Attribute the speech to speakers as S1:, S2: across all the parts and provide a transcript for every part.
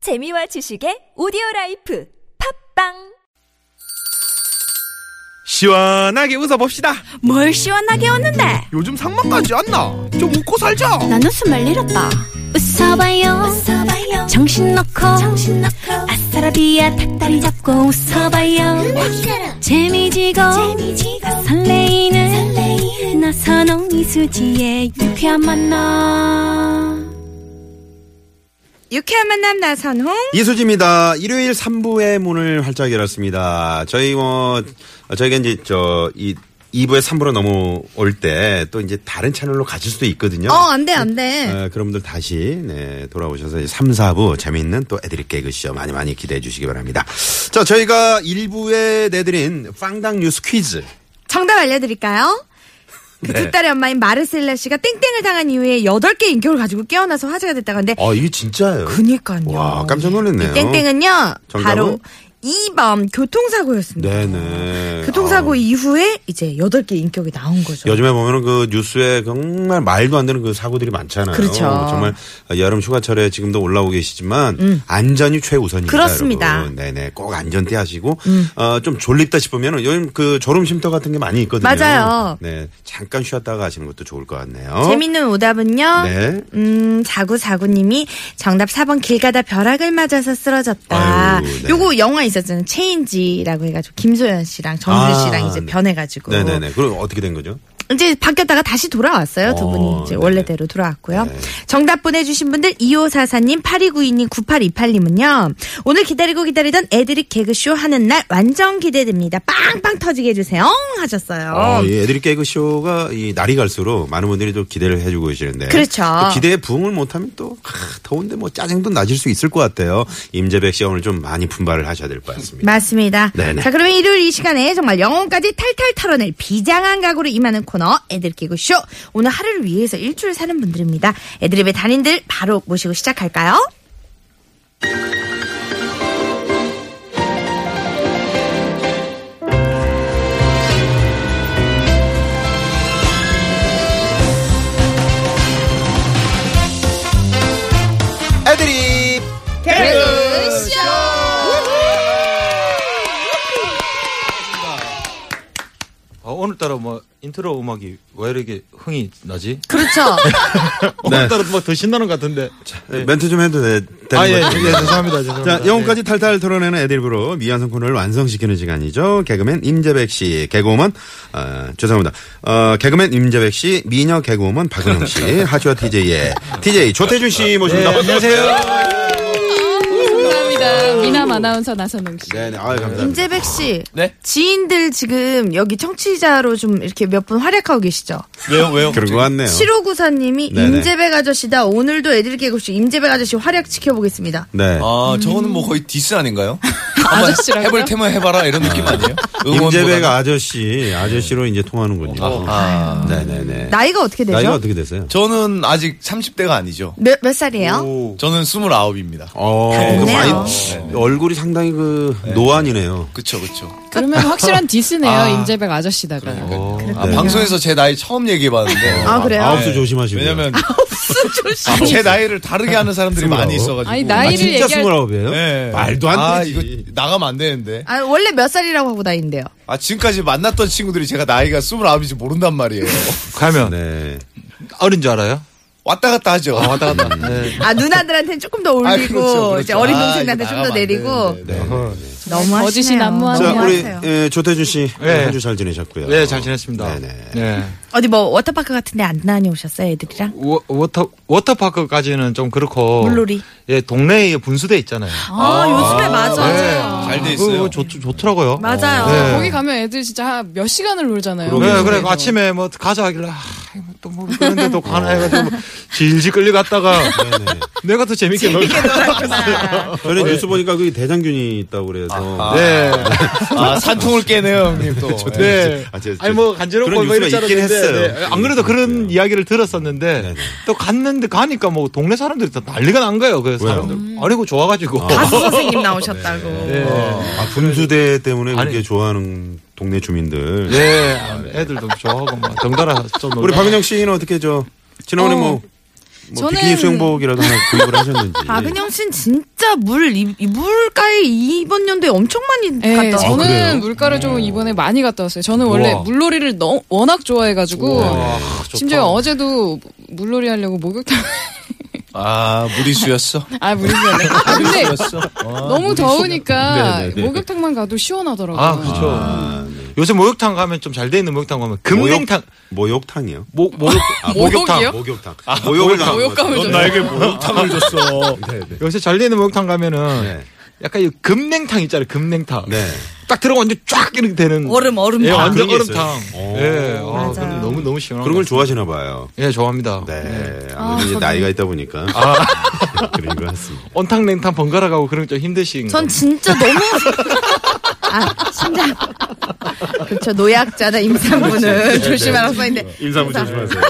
S1: 재미와 지식의 오디오 라이프 팝빵
S2: 시원하게 웃어봅시다.
S3: 뭘 시원하게 웃는데
S2: 요즘 상만까지 안 나. 좀 웃고 살자.
S3: 난 웃음을 잃었다 웃어봐요, 웃어봐요. 정신 놓고 아싸라비아 닭다리 잡고 웃어봐요 재미지고, 설레이는, 나선홍 이수지의 유쾌한 만남
S4: 유쾌한 만남 나선홍.
S5: 이수지입니다. 일요일 3부의 문을 활짝 열었습니다. 저희 뭐 저희가 이제 저 이 2부에 3부로 넘어올 때 또 이제 다른 채널로 가실 수도 있거든요.
S4: 어, 안 돼, 안 돼.
S5: 어, 그런 분들 다시 네, 돌아오셔서 이제 3, 4부 재미있는 또 애드립 개그쇼 많이 많이 기대해 주시기 바랍니다. 자, 저희가 1부에 내드린 빵당 뉴스 퀴즈.
S4: 정답 알려드릴까요? 그 두
S5: 네.
S4: 딸의 엄마인 마르셀라 씨가 땡땡을 당한 이후에 여덟 개의 인격을 가지고 깨어나서 화제가 됐다고 하는데,
S5: 아, 이게 진짜예요.
S4: 그니까요.
S5: 와, 깜짝
S4: 이
S5: 놀랐네요.
S4: 땡땡은요,
S5: 정답은?
S4: 바로 2번 교통사고였습니다.
S5: 네네.
S4: 교통사고
S5: 아,
S4: 이후에 이제 여덟 개의 인격이 나온 거죠.
S5: 요즘에 보면은 그 뉴스에 정말 말도 안 되는 그 사고들이 많잖아요.
S4: 그렇죠.
S5: 정말 여름 휴가철에 지금도 올라오고 계시지만 안전이 최우선입니다.
S4: 음. 그렇습니다. 음.
S5: 여러분. 네네. 꼭 안전띠 하시고 어, 좀 졸립다 싶으면은 요즘 그 졸음 쉼터 같은 게 많이 있거든요.
S4: 맞아요.
S5: 네. 잠깐 쉬었다가 하시는 것도 좋을 것 같네요.
S4: 재밌는 오답은요.
S5: 네.
S4: 음, 4949님이 정답 4번 길 가다 벼락을 맞아서 쓰러졌다.
S5: 아유, 네.
S4: 요거 영화 있었잖아요. 체인지라고 해가지고 김소연 씨랑 정준
S5: 아,
S4: 씨랑 이제
S5: 네.
S4: 변해가지고.
S5: 네네네. 그럼 어떻게 된 거죠?
S4: 이제 바뀌었다가 다시 돌아왔어요. 두
S5: 어,
S4: 분이 이제
S5: 네네. 네.
S4: 원래대로 돌아왔고요. 정답 보내주신 분들 2544님, 8292님, 9828님은요. 오늘 기다리고 기다리던 애드립 개그쇼 하는 날 완전 기대됩니다. 빵빵 터지게 해주세요. 하셨어요.
S5: 어, 예, 애들이 개그 쇼가 이 날이 갈수록 많은 분들이 또 기대를 해주고 계시는데
S4: 그렇죠.
S5: 또 기대에 부응을 못하면 또 아, 더운데 뭐 짜증도 나실 수 있을 것 같아요. 임재백 씨 오늘 좀 많이 분발을 하셔야 될 것 같습니다.
S4: 맞습니다.
S5: 네네.
S4: 자, 그러면 일요일 이 시간에 정말 영혼까지 탈탈 털어낼 비장한 각오로 임하는 코너 애들 끼고 쇼. 오늘 하루를 위해서 일주일 사는 분들입니다. 애드립의 단인들 바로 모시고 시작할까요?
S5: 애들이
S4: 개그쇼.
S6: 아, 오늘따라 뭐 인트로 음악이 왜 이렇게 흥이 나지?
S4: 그렇죠.
S6: 오늘따라 막 더 신나는 것 같은데.
S5: 멘트 좀 해도 되, 되는
S6: 아, 예,
S5: 거죠?
S6: 예, 죄송합니다. 네. 죄송합니다.
S5: 자, 영혼까지 탈탈 털어내는 애드립으로 미완성 코너를 완성시키는 시간이죠. 개그맨 임재백 씨, 개그우먼, 어, 죄송합니다. 어, 개그맨 임재백 씨, 미녀 개그우먼 박은영 씨, 하쇼 TJ의 TJ 조태준 씨 모십니다.
S6: 네,
S5: 안녕하세요.
S7: 감사합니다. 미남 아나운서 나선홍 씨.
S5: 네, 네, 아유, 감사합니다.
S4: 임재백 씨.
S5: 네.
S4: 지인들 지금 여기 청취자로 좀 이렇게 몇 분 활약하고 계시죠?
S6: 왜요, 왜요?
S5: 그런 것 같네요.
S4: 7594님이
S5: 네네.
S4: 임재백 아저씨다. 오늘도 애들 개그쇼 임재백 아저씨 활약 지켜보겠습니다.
S5: 네.
S8: 아, 저거는 뭐 거의 디스 아닌가요? 한번
S7: 아저씨라고요?
S8: 해볼 테면 해봐라 이런 느낌 아니에요?
S5: 임재백
S8: 응원보다는.
S5: 아저씨, 아저씨로 이제 통하는군요.
S8: 아,
S5: 네네네.
S4: 나이가 어떻게 되죠?
S5: 나이가 어떻게 되세요?
S8: 저는 아직 30대가 아니죠.
S4: 몇, 몇 살이에요?
S8: 저는 29입니다.
S5: 어,
S4: 다르네요.
S5: 그 많이, 얼굴이 상당히 그 노안이네요.
S8: 그쵸, 그쵸.
S7: 그러면 확실한 디스네요.
S6: 아,
S7: 임재백 아저씨다가.
S8: 아, 방송에서 제 나이 처음 얘기해봤는데. 네.
S4: 아, 그래요?
S5: 어. 네. 아홉 수 조심하시고요.
S8: 왜냐면. 제 나이를 다르게 하는 사람들이 많이 있어가지고.
S7: 아니,
S5: 아,
S7: 나이를
S5: 진짜
S7: 얘기할
S5: 스물아홉이에요?
S8: 네.
S5: 말도 안
S8: 아,
S5: 되지.
S8: 이거 나가면 안 되는데.
S4: 아, 원래 몇 살이라고 하고 다닌대요.
S8: 아, 지금까지 만났던 친구들이 제가 나이가 29인지 모른단 말이에요.
S6: 가면
S5: 네.
S6: 어린 줄 알아요?
S8: 왔다 갔다 하죠.
S5: 아,
S6: 왔다 갔다. 네.
S4: 아, 누나들한테는 조금 더 올리고,
S8: 아, 그렇죠, 그렇죠.
S4: 이제 어린
S8: 아,
S4: 동생한테
S8: 이거
S4: 좀 더
S8: 나가면 안
S4: 내리고.
S8: 되는데.
S5: 네.
S4: 너무
S7: 거짓이
S5: 자,
S4: 뭐
S7: 난무하네요.
S5: 우리 예, 조태준 씨
S6: 네.
S5: 한 주 잘 지내셨고요.
S6: 네, 잘 지냈습니다.
S5: 네네.
S6: 네.
S4: 어디 뭐 워터파크 같은 데안 다녀오셨어요, 애들이랑?
S6: 워, 워터, 워터파크까지는 좀 그렇고.
S4: 물놀이.
S6: 예, 동네에 분수대 있잖아요. 네.
S4: 아, 요즘에 맞아.
S8: 네. 잘 돼
S6: 그거
S8: 있어요.
S6: 좋, 좋더라고요.
S4: 맞아요.
S6: 네.
S7: 거기 가면 애들 진짜 몇 시간을 놀잖아요.
S6: 네, 그래. 아침에 뭐 가자 하길래, 아, 또뭐 그런데 또 가나 해가지고 뭐 질질 끌려갔다가 내가 더 재밌게 놀
S5: 전에 뉴스 보니까 그 대장균이 있다고 그래서.
S6: 네.
S8: 아, 산통을 깨네요, 형님 또.
S6: 네.
S5: 아, 제- 제-
S6: 아니 뭐 간지럽고
S5: 그런
S6: 뭐 이럴 줄
S5: 뉴스가 있긴
S6: 알았는데
S5: 했어요. 네,
S6: 네. 안 그래도 그런 이야기를 들었었는데 또 갔는데 가니까 뭐 동네 사람들이 다 난리가 난 거예요. 그 사람들. 아니고 좋아가지고.
S4: 가수 선생님 나오셨다고.
S8: 네.
S5: 아, 분수대 때문에 그렇게
S6: 아니.
S5: 좋아하는 동네 주민들.
S6: 예. 애들도 네. 좋아하고 막 덩달아 좀
S5: 우리
S6: 놀라.
S5: 박은영 씨는 어떻게 저 지난번에
S7: 어.
S5: 뭐 뭐
S7: 저는-
S5: 비키니 수영복이라도 하나 구입을 하셨는지.
S4: 박은영 씨는 아, 진짜 물, 이- 이 물가에 이번 연도에 엄청 많이
S7: 네,
S4: 갔다
S8: 아,
S4: 왔어요.
S7: 저는 물가를 좀 이번에 많이 갔다 왔어요. 저는 원래
S6: 아, 음. 우와.
S7: 물놀이를 너, 워낙 좋아해가지고
S6: 우와, 좋다.
S7: 심지어 어제도 물놀이 하려고 목욕탕
S8: 아, 무리수였어?
S7: 아 물놀이 아, 근데
S8: 무리수였어? 어.
S7: 너무 더우니까
S5: 네, 네, 네.
S7: 목욕탕만 가도 시원하더라고요.
S6: 아, 그렇죠. 요새 목욕탕 가면 좀 잘 돼 있는 목욕탕 가면 금냉탕
S5: 뭐, 목욕탕이요.
S6: 목 목욕 아, 목욕탕
S7: 목욕이요?
S5: 목욕탕. 목욕을 네.
S6: 목욕탕.
S5: 하는 거죠.
S7: 목욕감을 좀
S8: 목욕탕을 줬어.
S5: 네, 네.
S6: 요새 잘 돼 있는 목욕탕 가면은
S5: 네.
S6: 약간 이 금냉탕 있잖아요. 금냉탕.
S5: 네.
S6: 딱 들어가면 완전 쫙 이렇게 되는
S4: 얼음, 얼음.
S6: 예,
S4: 다.
S5: 그런
S6: 완전
S5: 게
S6: 얼음탕.
S5: 있어요.
S6: 예.
S5: 오.
S6: 아,
S4: 맞아요.
S6: 근데 너무 너무 시원한
S5: 그런 걸
S6: 것
S5: 좋아하시나 봐요.
S6: 같아요. 예, 좋아합니다.
S5: 네. 아무래도 이제 나이가 있다 보니까. 그런 것 같습니다.
S6: 온탕 냉탕 번갈아 가고 그런 게 좀 힘드신
S4: 전 진짜 너무. 아, 심장. 그렇죠. 노약자나
S8: 네,
S4: 임산부는 조심하라고 써있는데.
S5: 인사부 조심하세요.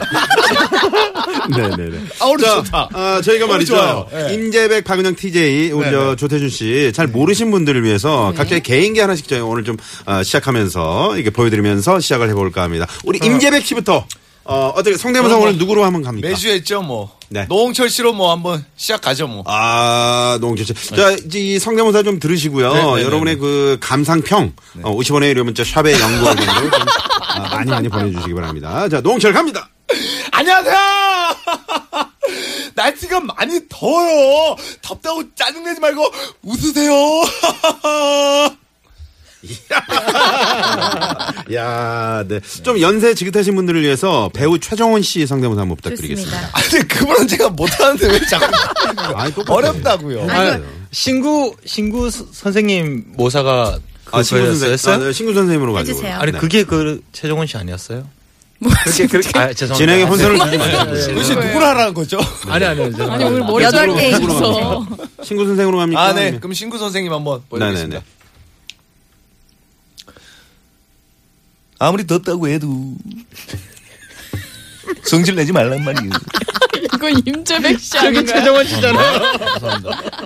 S5: 네네네.
S8: 아, 우리 좋다.
S5: 아, 저희가 말이죠.
S8: 좋아요. 예.
S5: 임재백, 박은영 TJ, 우리 저 조태준 씨 잘 모르신 분들을 위해서 각자의 개인기 하나씩 저희 오늘 좀 어, 시작하면서 이렇게 보여드리면서 시작을 해볼까 합니다. 우리 임재백 씨부터 어, 어떻게 성대모사 오늘 누구로 하면 갑니까?
S8: 매주 했죠, 뭐.
S5: 네.
S8: 노홍철 씨로 뭐 한번 시작 가죠, 뭐.
S5: 아, 농철 씨. 자, 이제 이 성대모사 좀 들으시고요.
S8: 네, 네, 네,
S5: 여러분의 그 감상평, 어, 50원의 유료 문자 샵의 연구원으로 좀 아, 많이 많이 보내주시기 바랍니다. 자, 농철 갑니다.
S8: 안녕하세요! 날씨가 많이 더워요. 덥다고 짜증내지 말고 웃으세요.
S5: 야, 네. 좀 연세 지긋하신 분들을 위해서 배우 최정원 씨 성대모사 한번 부탁드리겠습니다.
S8: 아니, 근데 그분은 제가 못하는데 왜 자꾸.
S5: 아니, 똑같아요.
S8: 어렵다고요.
S6: 아, 신구 신구 스- 선생님 모사가
S5: 아, 신구
S6: 그거였어요?
S5: 선생님. 아, 네, 신구 선생님으로 가지고.
S4: 해주세요.
S6: 아니
S5: 네.
S6: 그게 그 최종원 씨 아니었어요?
S7: 뭐
S6: 그렇게 그렇게 아, 죄송합니다. 네.
S5: 진행에 혼선을 주지
S8: 네.
S5: 마시고요.
S8: 도대체 누구를 하라는 거죠?
S6: 아니 아니 아니.
S7: 아니 오늘 머리
S4: 여덟
S7: 자르고
S4: 개
S7: 있어.
S5: 신구 선생으로 갑니까?
S8: 아, 네.
S5: 아니면-
S8: 그럼 신구 선생님 한번 보여드리겠습니다.
S5: 네네네.
S8: 아무리 덥다고 해도 성질 내지 말란 말이에요.
S7: 이건 임재백 씨 아니야?
S6: 최정원 씨잖아요.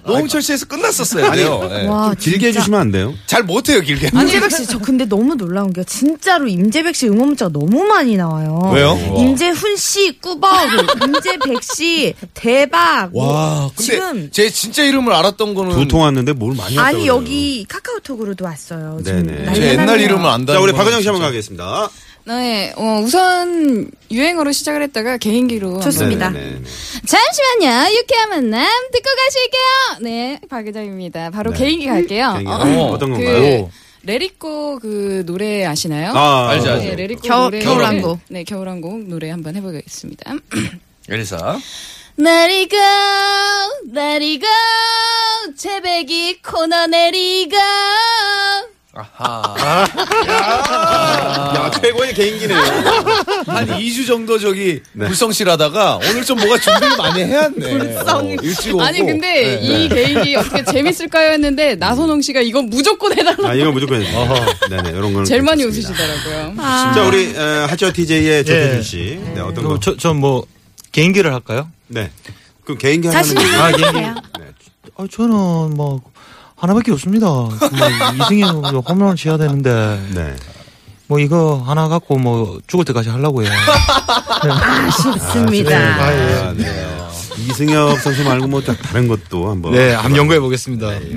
S8: 노홍철 씨에서 끝났었어야 돼요. 예.
S4: 와,
S5: 길게 해주시면 안 돼요?
S8: 잘 못해요, 길게.
S4: 임재백 씨, 저 근데 너무 놀라운 게요. 진짜로 임재백 씨 응원 문자가 너무 많이 나와요.
S8: 왜요?
S4: 임재훈 씨, 꾸벅, 임재백 씨, 대박.
S8: 와, 근데
S4: 지금-
S8: 제 진짜 이름을 알았던 거는
S5: 두 통 왔는데 뭘 많이 왔다고
S4: 아니,
S5: 그래요.
S4: 여기 카카오톡으로도 왔어요. 지금
S5: 네네.
S4: 난리
S8: 제 옛날
S4: 났네요.
S8: 이름을 안다는
S5: 자, 우리
S8: 거는
S5: 박은영 씨 한번
S8: 진짜.
S5: 가겠습니다.
S7: 네, 어, 우선 유행어로 시작을 했다가 개인기로.
S4: 좋습니다.
S5: 네네네.
S7: 한번- 잠시만요. 유쾌한 만남 듣고 가실게요. 네, 박유정입니다. 바로
S5: 네.
S7: 개인기 갈게요.
S5: 개인기.
S7: 어,
S5: 어, 어떤 건가요?
S7: 그 레리코 그 노래 아시나요?
S5: 아,
S8: 알죠, 알죠.
S7: 네, 레리코
S4: 겨울-
S7: 노래.
S4: 겨울왕국.
S7: 네, 겨울왕국 노래 한번 해보겠습니다. 네.
S8: 엘사.
S7: 내리고 내리고 제백이 코너 내리고
S8: 아하.
S5: 야, 최고의 개인기네요.
S8: 한 2주 정도 저기
S5: 네.
S8: 불성실하다가 오늘 좀 뭐가 준비를 많이 해왔네. 불성. 일찍 오고.
S7: 아니 근데
S8: 네.
S7: 이 개인기 어떻게 재밌을까요 했는데 나선홍 씨가 이건 무조건 해달라
S5: 아, 이거 무조건 해주세요. 네네, 이런 거는.
S7: 제일 많이
S5: 괜찮습니다.
S7: 웃으시더라고요.
S4: 아.
S5: 자, 우리, 어, 하치어 TJ의 조태준
S6: 예.
S5: 씨. 네, 어떤 거?
S6: 저저뭐 개인기를 할까요?
S5: 네. 그 개인기 하나는.
S4: 자신 있는
S6: 아,
S4: 거
S6: 예,
S4: 같아요.
S5: 네.
S6: 아, 저는 뭐 하나밖에 없습니다. 뭐 이승이 홈런 쳐야 되는데
S5: 네.
S6: 뭐 이거 하나 갖고 뭐 죽을 때까지 하려고 해요.
S4: 아쉽습니다.
S5: 아, 네. 이승엽 선수 말고 뭐 다- 다른 것도 네, 한번.
S6: 연구해 보겠습니다. 네.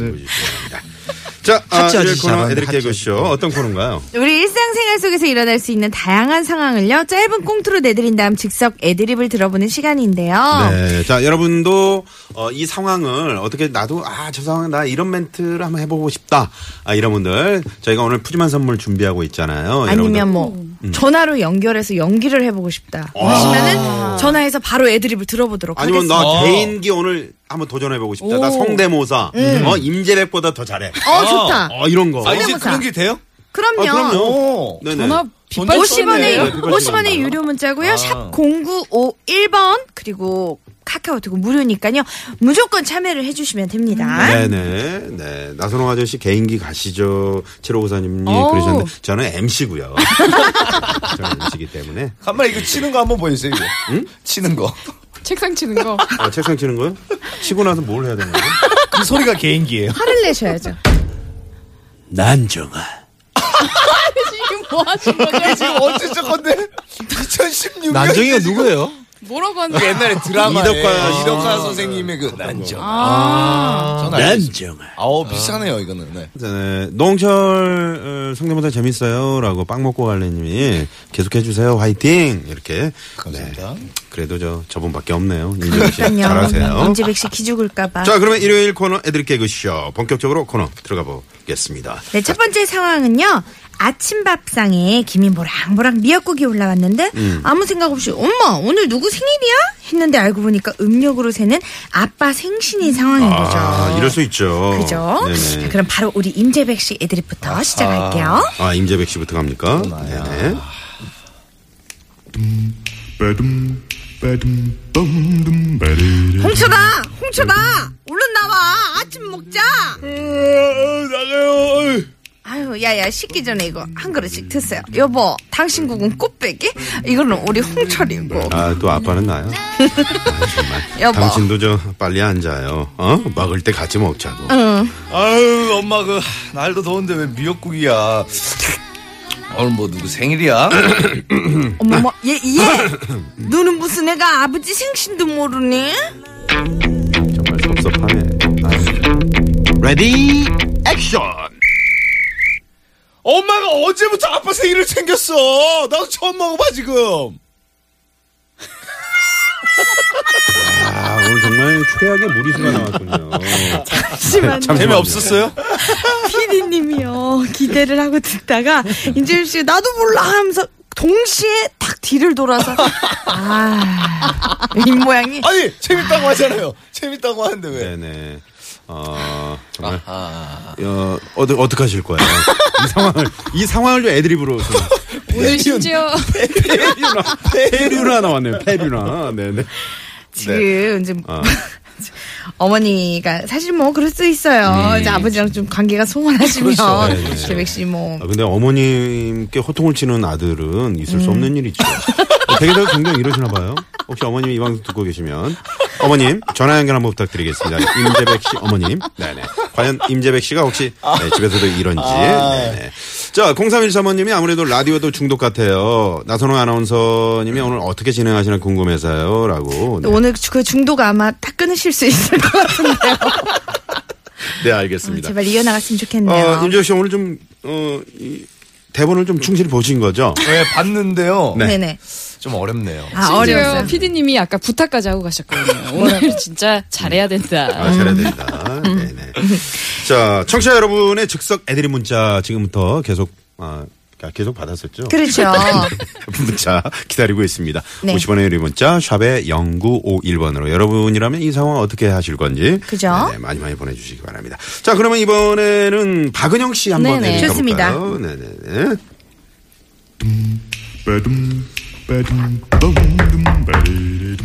S5: 자, 아,
S6: 하치
S5: 일
S6: 아저씨
S5: 코너
S6: 잘하는데,
S5: 애드립
S6: 하치
S5: 개그쇼
S6: 아저씨.
S5: 어떤 코너인가요?
S4: 우리 일상생활 속에서 일어날 수 있는 다양한 상황을요 짧은 꽁트로 내드린 다음 즉석 애드립을 들어보는 시간인데요.
S5: 네. 자, 여러분도 어, 이 상황을 어떻게 나도 아, 저 상황 나 이런 멘트를 한번 해보고 싶다. 아, 이런 분들 저희가 오늘 푸짐한 선물 준비하고 있잖아요.
S4: 아니면 뭐 전화로 연결해서 연기를 해보고 싶다 하시면은 전화해서 바로 애드립을 들어보도록
S5: 아니면
S4: 하겠습니다.
S5: 나 개인기 오늘 한번 도전해보고 싶다. 나 성대모사. 어, 임재백보다 더 잘해.
S4: 어 좋다.
S5: 어, 이런 거.
S8: 아, 이제
S4: 성대모사.
S8: 그런 게 돼요? 어.
S4: 그럼요.
S5: 아, 그럼요.
S8: 오.
S5: 네네.
S7: 전화 빗발
S4: 50원의
S5: 네, 그걸
S4: 50원의 유료
S5: 아.
S4: 문자고요. 샵 0951번 그리고 카카오톡 무료니까요. 무조건 참여를 해주시면 됩니다.
S5: 음, 네네. 네. 나선홍 아저씨 개인기 가시죠. 7554님이 그러셨는데 저는 MC고요. 저는 MC이기 때문에.
S8: 간만에 이거 치는 거 한번 보여주세요, 이거. 치는 거.
S7: 책상 치는 거.
S5: 아, 책상 치는 거요? 치고 나서 뭘 해야 되는 거예요?
S8: 그 소리가 개인기예요.
S4: 화를 내셔야죠.
S8: 난정아.
S7: 지금 뭐 하신 거죠?
S8: 지금 어째 저건데? 2016년.
S6: 난정이가 누구예요?
S9: 뭐라고 하는
S8: 그
S9: 거야?
S8: 옛날에 드라마에
S5: 이덕화.
S8: 이덕화, 선생님의 그 난정.
S9: 아,
S8: 저는 알겠습니다. 아우 비슷하네요 이거는. 네.
S5: 네, 노홍철 어, 성대모사 재밌어요라고 빵 먹고 갈래님이 계속해 주세요 화이팅 이렇게 네.
S8: 감사합니다.
S5: 그래도 저 저분밖에 없네요 임재백 씨
S4: 그러니까요. 네,
S5: 잘하세요.
S4: 임지백 씨 기죽을까봐.
S5: 자 그러면 일요일 코너 애드립 개그쇼 본격적으로 코너 들어가 보겠습니다.
S4: 네, 첫 번째 상황은요. 아침 밥상에 김이 모랑모랑 미역국이 올라왔는데
S5: 음.
S4: 아무 생각 없이 엄마 오늘 누구 생일이야? 했는데 알고 보니까 음력으로 세는 아빠 생신인 상황인 거죠.
S5: 아 이럴 수 있죠.
S4: 그죠? 자,
S5: 네네.
S4: 그럼 바로 우리 임재백 씨 애드립부터 시작할게요.
S5: 아 임재백 씨부터 갑니까? 네네.
S4: 홍초다! 홍초다! 얼른 나와! 아침 먹자!
S8: 나가요.
S4: 아유, 야야, 식기 전에 이거 한 그릇씩 드세요. 여보, 당신 국은 꽃배기? 이거는 우리 홍철이고.
S5: 아또 아빠는 나요.
S4: 여보.
S5: 당신도 저 빨리 앉아요. 어 먹을 때 같이 먹자고.
S8: 아유 엄마 그 날도 더운데 왜 미역국이야. 오늘 뭐 누구 생일이야?
S4: 어머머, 얘, 얘! 너는 무슨 애가 아버지 생신도 모르니?
S5: 정말 섭섭하네. 레디 액션.
S8: 엄마가 언제부터 아빠 생일을 챙겼어? 나도 처음 먹어봐 지금.
S5: 아 오늘 정말 최악의 무리수가 나왔군요.
S4: 잠시만요.
S5: 재미없었어요?
S4: 피디님이요 기대를 하고 듣다가 임지윤 씨 나도 몰라 하면서 동시에 딱 뒤를 돌아서 아입 모양이
S8: 아니 재밌다고 하잖아요. 재밌다고 하는데 왜?
S5: 네네. 어 정말 어 어떡 어떡 하실 거예요? 이 상황을 이 상황을 좀 애드립으로 좀
S4: 네.
S7: 오늘 심지어
S5: 페류나 나왔네요. 페류나. 네네.
S4: 지금 이제
S5: 아.
S4: 어머니가 사실 뭐 그럴 수 있어요. 이제 아버지랑 좀 관계가 소원하시면
S5: 네. 그렇죠. 네, 네.
S4: 재백 씨뭐
S5: 아, 근데 어머님께 호통을 치는 아들은 있을 수 없는 일이죠.
S4: 음.
S5: 댁에서 굉장히 이러시나 봐요. 혹시 어머님이 이 방송 듣고 계시면 어머님 전화 연결 한번 부탁드리겠습니다. 임재백 씨 어머님. 네네. 과연 임재백 씨가 혹시 네, 집에서도
S4: 아,
S5: 이런지. 네네. 자 0313번님이 아무래도 라디오도 중독 같아요. 나선호 아나운서님이 오늘 어떻게 진행하시나 궁금해서요라고. 네.
S4: 오늘 그 중도가 아마 딱 끊으실 수 있을 것 같은데요.
S5: 네 알겠습니다.
S4: 제발 이어나갔으면 좋겠네요.
S5: 어, 임재백 씨 오늘 좀 어, 이 대본을 좀 충실히 보신 거죠?
S8: 왜 봤는데요?
S5: 네.
S4: 네네.
S8: 좀 어렵네요.
S4: 아
S7: 심지어
S4: 어려웠어요. 네.
S7: 피디님이 아까 부탁까지 하고 가셨거든요. 오늘 진짜 잘해야 된다.
S5: 아, 잘해야 된다.
S4: 음.
S5: 네네. 자, 청취자 여러분의 즉석 애드립 문자 지금부터 계속, 아, 계속 받았었죠?
S4: 그렇죠.
S5: 문자 기다리고 있습니다.
S4: 네.
S5: 50원의 유리 문자 샵에 0951번으로 여러분이라면 이 상황 어떻게 하실 건지
S4: 그죠?
S5: 네네, 많이 많이 보내주시기 바랍니다. 자 그러면 이번에는 박은영 씨 한번
S7: 네네.
S5: 해볼까요?
S4: 좋습니다.
S5: 네네네.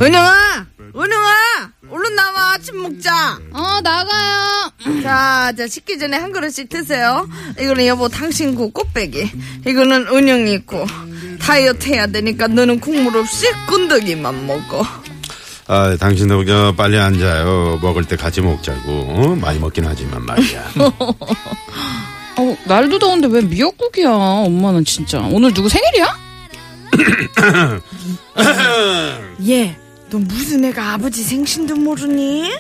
S4: 은영아, 은영아, 얼른 나와 아침 먹자.
S7: 어, 나가요.
S4: 자, 자, 식기 전에 한 그릇씩 드세요. 이거는 여보 당신 국 꽃배기. 이거는 은영이 있고. 다이어트 해야 되니까 너는 국물 없이 끈더기만 먹어.
S5: 아 당신도 그냥 빨리 앉아요. 먹을 때 같이 먹자고 어? 많이 먹긴 하지만 말이야.
S7: 어, 날도 더운데 왜 미역국이야? 엄마는 진짜. 오늘 누구 생일이야?
S4: 얘, 예. 너 무슨 애가 아버지 생신도 모르니?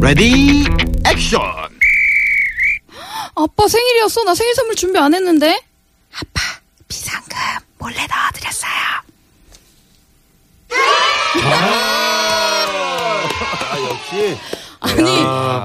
S5: 레디 액션.
S7: 아빠 생일이었어. 나 생일 선물 준비 안 했는데.
S4: 비상금 몰래 넣어드렸어요.
S5: 아, 역시
S7: 아니,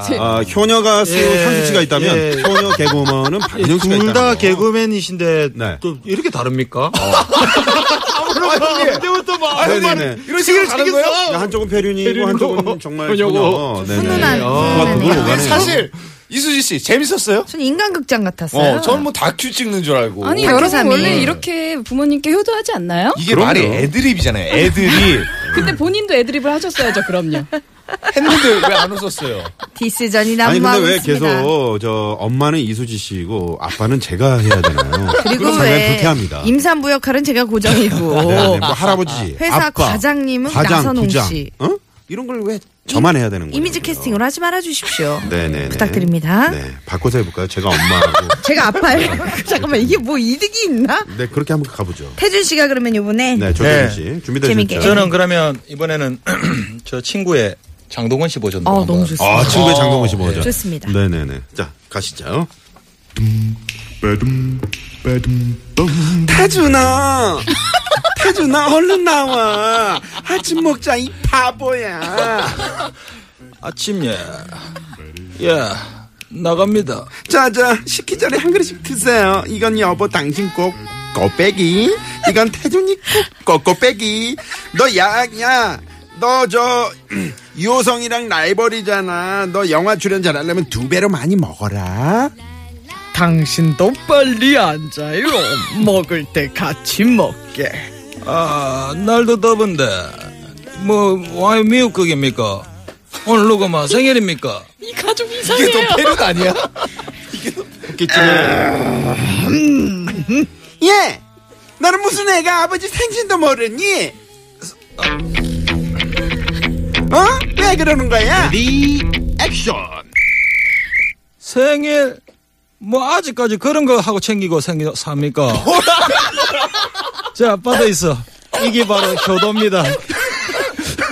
S7: 제-
S5: 아, 효녀가 쓰고
S6: 예,
S5: 현숙 씨가 있다면
S6: 예.
S5: 효녀 개그우먼은 박은영 씨가 있다.
S6: 둘다 개그맨이신데
S5: 네.
S6: 또 이렇게 다릅니까?
S8: 아니,
S6: 그때부터 막
S5: 네네네.
S8: 이런 식으로 가는 거예요?
S5: 그러니까 한쪽은 페륜이고
S6: 페륜이고
S5: 한쪽은 정말
S6: 효녀고.
S5: 효녀. 네네.
S4: 훈훈한,
S5: 아,
S4: 훈훈한
S5: 그걸
S4: 애가.
S5: 오가네.
S8: 사실 이수지 씨 재밌었어요?
S4: 전 인간극장 같았어요.
S8: 어, 저는 뭐 다큐 찍는 줄 알고.
S7: 아니,
S4: 박효삼이-
S7: 여러분 원래 이렇게 부모님께 효도하지 않나요?
S8: 이게
S5: 그럼요.
S8: 말이 애드립이잖아요. 애들이
S7: 근데 본인도 애드립을 하셨어야죠, 그럼요.
S8: 했는데 왜 안 웃었어요?
S4: 디스전이
S5: 아니 근데 왜
S4: 난무하고있습니다
S5: 계속 저 엄마는 이수지 씨고 아빠는 제가 해야 되나요?
S4: 그리고
S5: 상당히
S4: 왜
S5: 불쾌합니다.
S4: 임산부 역할은 제가 고정이고
S5: 네, 네, 뭐 할아버지,
S4: 회사
S5: 아빠,
S4: 과장님은
S5: 과장,
S4: 나선홍
S5: 부장,
S4: 씨.
S5: 어? 이런 걸 왜 저만 해야 되는 거예요?
S4: 이미지 캐스팅으로 하지 말아 주십시오.
S5: 네네
S4: 부탁드립니다.
S5: 네, 바꿔서 해볼까요? 제가 엄마하고.
S4: 제가 아파요. 잠깐만 이게 뭐 이득이 있나?
S5: 네, 그렇게 한번 가보죠.
S4: 태준 씨가 그러면 요번에
S5: 네, 조태준
S6: 네.
S5: 씨
S4: 재밌게.
S5: 준비되셨죠?
S6: 저는 그러면 이번에는 저 친구의 장동건 씨 버전으로
S4: 아, 네.
S6: 한번.
S4: 너무 좋습니다.
S5: 아, 친구의 장동건 씨 보자.
S4: 좋습니다.
S5: 네네네. 자, 가시죠.
S2: 태준아 태준아 얼른 나와 아침 먹자 이 바보야
S6: 아침에 예 나갑니다.
S2: 자자 식기 전에 한 그릇씩 드세요 이건 여보 당신 꼭 꼬빼기 이건 태준이 꼭 꼬빼기 너 야야 너 저 음, 유호성이랑 라이벌이잖아 너 영화 출연 잘하려면 두 배로 많이 먹어라
S9: 당신도 빨리 앉아요. 먹을 때 같이 먹게.
S6: 아 날도 더운데 뭐 와이 미역국입니까? 오늘 누구 마 생일입니까?
S7: 이 가족 이상해요.
S6: 페루가 아니야?
S2: 음. 예 너는 무슨 애가 아버지 생신도 모르니 어? 왜 그러는 거야?
S6: 생일 뭐 아직까지 그런 거 하고 챙기고 생기 삽니까? 자 받아 있어. 이게 바로 효도입니다.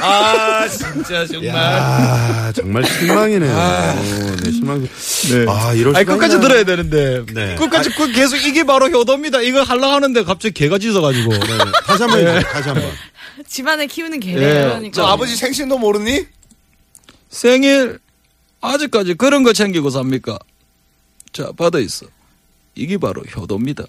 S8: 아 진짜 정말
S5: 아, 정말 실망이네요. 오, 네, 실망. 아, 이럴
S6: 아. 아니
S5: 수가
S6: 끝까지
S5: 있나.
S6: 들어야 되는데
S5: 네.
S6: 끝까지 그 계속 이게 바로 효도입니다. 이거 하려 하는데 갑자기 개가 짖어가지고.
S5: 네, 다시 한 번 해주세요. 다시 한 번.
S6: 네.
S4: 집안을 키우는 개래.
S6: 예.
S8: 저 아버지 생신도 모르니?
S6: 생일 아직까지 그런 거 챙기고 삽니까? 자 받아 있어. 이게 바로 효도입니다.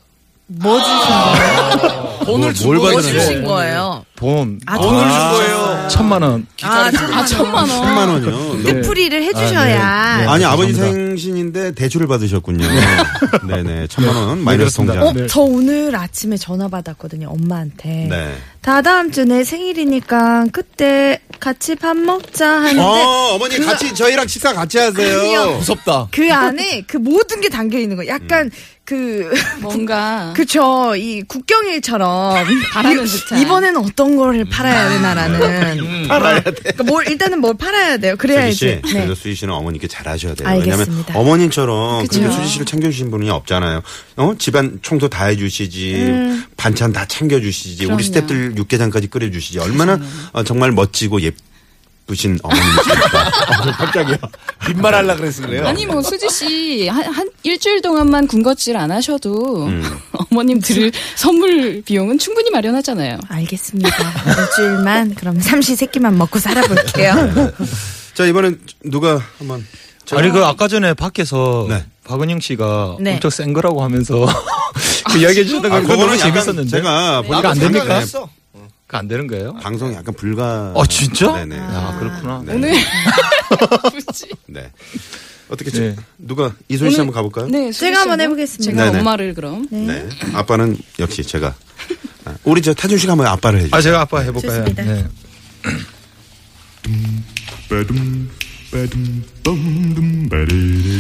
S4: 뭐 주신 거예요?
S8: 돈을
S6: 뭘
S4: 뭐
S6: 받으신
S4: 주신 거예요?
S6: 돈
S4: 아, 돈을 준
S8: 거예요.
S6: 천만 원.
S4: 아,
S7: 아 천만 원.
S5: 10만 원이요.
S4: 네.
S5: 너무-
S4: 뜻풀이를 해주셔야.
S6: 아, 네.
S5: 아니, 아버지
S6: 죄송합니다.
S5: 생신인데 대출을 받으셨군요. 네네. 천만 원 마이너스
S6: 네,
S5: 통장.
S4: 어, 저 오늘 아침에 전화 받았거든요, 엄마한테.
S5: 네.
S4: 다 다음 주 내 생일이니까 그때 같이 밥 먹자 하는데
S5: 어, 어머니 같이 저희랑 식사 같이 하세요.
S6: 무섭다.
S4: 그 안에 그 모든 게 담겨 있는 거. 약간 그
S7: 뭔가
S4: 그쵸 이 국경일처럼
S7: 바라는
S4: 이-
S7: 듯한.
S4: 이번에는 음. 어떤 거를 팔아야 되나라는
S5: 알아야 음. 돼.
S4: 그러니까 뭘 일단은 뭘 팔아야 돼요.
S5: 수지
S4: 그래야지.
S5: 씨,
S4: 네.
S5: 그래서 수지 씨는 어머니께 잘하셔야 돼요. 왜냐면
S4: 알겠습니다.
S5: 어머님처럼
S4: 그쵸.
S5: 그렇게 수지 씨를 챙겨주신 분이 없잖아요. 어? 집안 청소 다 해주시지,
S4: 음.
S5: 반찬 다 챙겨주시지, 우리 스탭들 육개장까지 끓여주시지. 얼마나 어, 정말 멋지고 예쁘신 어머니십니까?
S8: 빈말하려 그래서 그래요.
S7: 아니 뭐 수지 씨한 한 일주일 동안만 군것질 안 하셔도
S5: 음.
S7: 어머님 들을 선물 비용은 충분히 마련하잖아요.
S4: 알겠습니다. 일주일만 그럼 삼시 세끼만 먹고 살아볼게요.
S5: 네. 자, 이번엔 누가 한번.
S6: 아니 그 아까 전에 밖에서
S5: 네.
S6: 박은영 씨가
S4: 네. 아.
S6: 엄청 센 거라고 하면서 그 이야기해 주셨던 거 그거 너무
S5: 약간
S6: 재밌었는데.
S5: 제가
S6: 이거
S5: 보니까
S6: 안
S5: 생각을
S6: 됩니까?
S5: 했어.
S6: 그거 안 되는 거예요?
S5: 방송이 약간 불가.
S6: 아, 진짜?
S5: 네네.
S6: 아 그렇구나.
S5: 네.
S7: 오늘 굳이
S5: 네. 어떻게, 지-
S6: 네.
S5: 누가 이솔 씨 한번 가볼까요?
S7: 네, 수지
S4: 제가 한번
S7: 씨하고
S4: 해보겠습니다.
S7: 제가
S5: 네네.
S7: 엄마를 그럼
S5: 네. 아빠는 역시 제가. 아, 우리 저 태준 씨가 한번 아빠를 해주세요.
S6: 아 제가 아빠 해볼까요?
S4: 좋습니다.
S6: 네.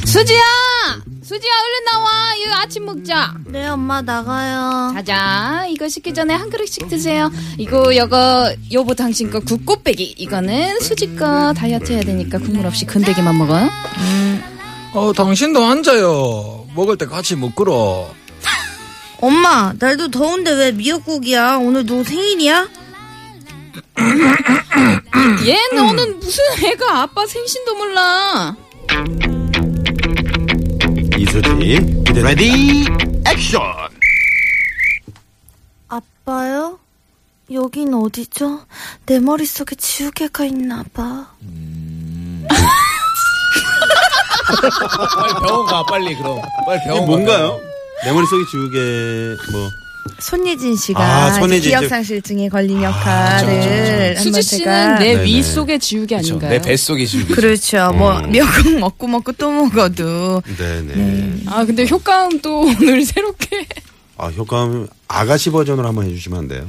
S7: 수지야, 수지야 얼른 나와. 이거 아침 먹자.
S3: 네 엄마 나가요
S7: 자자, 이거 식기 전에 한 그릇씩 드세요. 이거 여거 여보 당신 거 국고빼기. 이거는 수지 거 다이어트 해야 되니까 국물 없이 건더기만 먹어요.
S6: 어 당신도 앉아요. 먹을 때 같이 먹으러.
S4: 엄마 날도 더운데 왜 미역국이야? 오늘 누구 생일이야?
S7: 얘
S4: 음.
S7: 너는 무슨 애가 아빠 생신도 몰라.
S5: 이수지 기대 아, 네. 레디 액션
S3: 아빠요? 여긴 어디죠? 내 머릿속에 지우개가 있나 봐
S8: 빨리 병원 가 빨리 그럼. 빨리
S5: 이게
S8: 병원
S5: 뭔가요? 내 머릿속에 지우개 뭐
S4: 손예진 씨가
S5: 아,
S4: 이제
S5: 손예진 씨. 아,
S4: 기억상실증에 걸린 역할을 네, 한번
S7: 수지
S4: 제가
S7: 씨는 내
S5: 네네.
S7: 위 속에 지우개 아닌가요?
S8: 내 뱃속에 지금
S4: 그렇죠. 뭐
S5: 음.
S4: 미역국 먹고 먹고 또 먹어도
S5: 네네
S7: 아 근데 효과음 또 오늘 새롭게
S5: 아 효과음 아가씨 버전으로 한번 해주시면 안 돼요?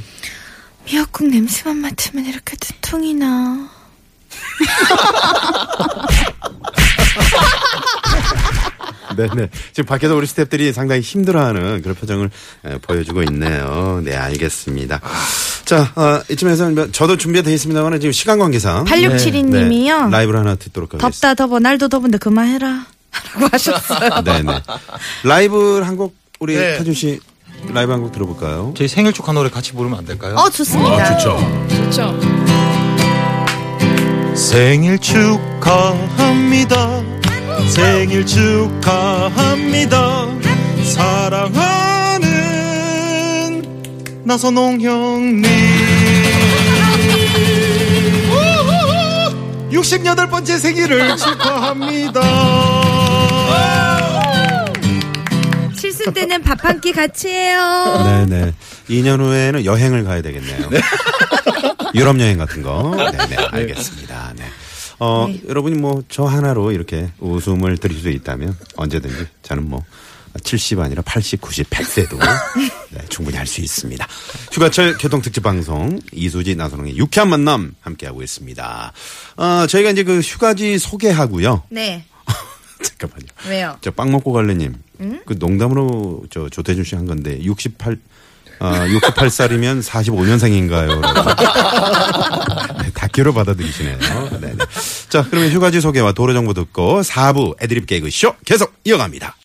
S3: 미역국 냄새만 맡으면 이렇게 두통이 나
S5: 네네 지금 밖에서 우리 스탭들이 상당히 힘들어하는 그런 표정을 예, 보여주고 있네요 네 알겠습니다 자, 어, 이쯤에서 몇- 저도 준비가 되어 있습니다만 지금 시간 관계상
S4: 8672님이요.
S5: 네, 라이브를 하나 듣도록 하겠습니다.
S4: 덥다 더워 날도 더운데 그만해라. 라고 하셨어요.
S5: 네, 네. 라이브를 한 곡 우리
S8: 네.
S5: 태준 씨 라이브 한 곡 들어볼까요?
S6: 저희 생일 축하 노래 같이 부르면 안 될까요?
S4: 어 좋습니다.
S8: 아, 좋죠.
S7: 좋죠.
S6: 생일 축하합니다. 생일 축하합니다. 사랑하는 나선홍 형님. 68번째 생일을 축하합니다.
S4: 칠순 때는 밥 한 끼 같이 해요.
S5: 네, 네. 2년 후에는 여행을 가야 되겠네요. 유럽 여행 같은 거. 네, 네. 알겠습니다. 네. 어, 여러분이 뭐 저 하나로 이렇게 웃음을 드릴 수 있다면 언제든지 저는 뭐 70 아니라 80, 90, 100세도 네, 충분히 할 수 있습니다. 휴가철 교통 특집 방송 이수지 나선홍의 유쾌한 만남 함께하고 있습니다. 어, 저희가 이제 그 휴가지 소개하고요.
S4: 네.
S5: 잠깐만요.
S4: 왜요?
S5: 저 빵 먹고 갈래님. 그 농담으로 저 조태준 씨 한 건데 68 아, 68살이면 45년생인가요? 네, 다큐로 받아들이시네요. 네네. 자, 그러면 휴가지 소개와 도로 정보 듣고 4부 애드립 개그쇼 계속 이어갑니다.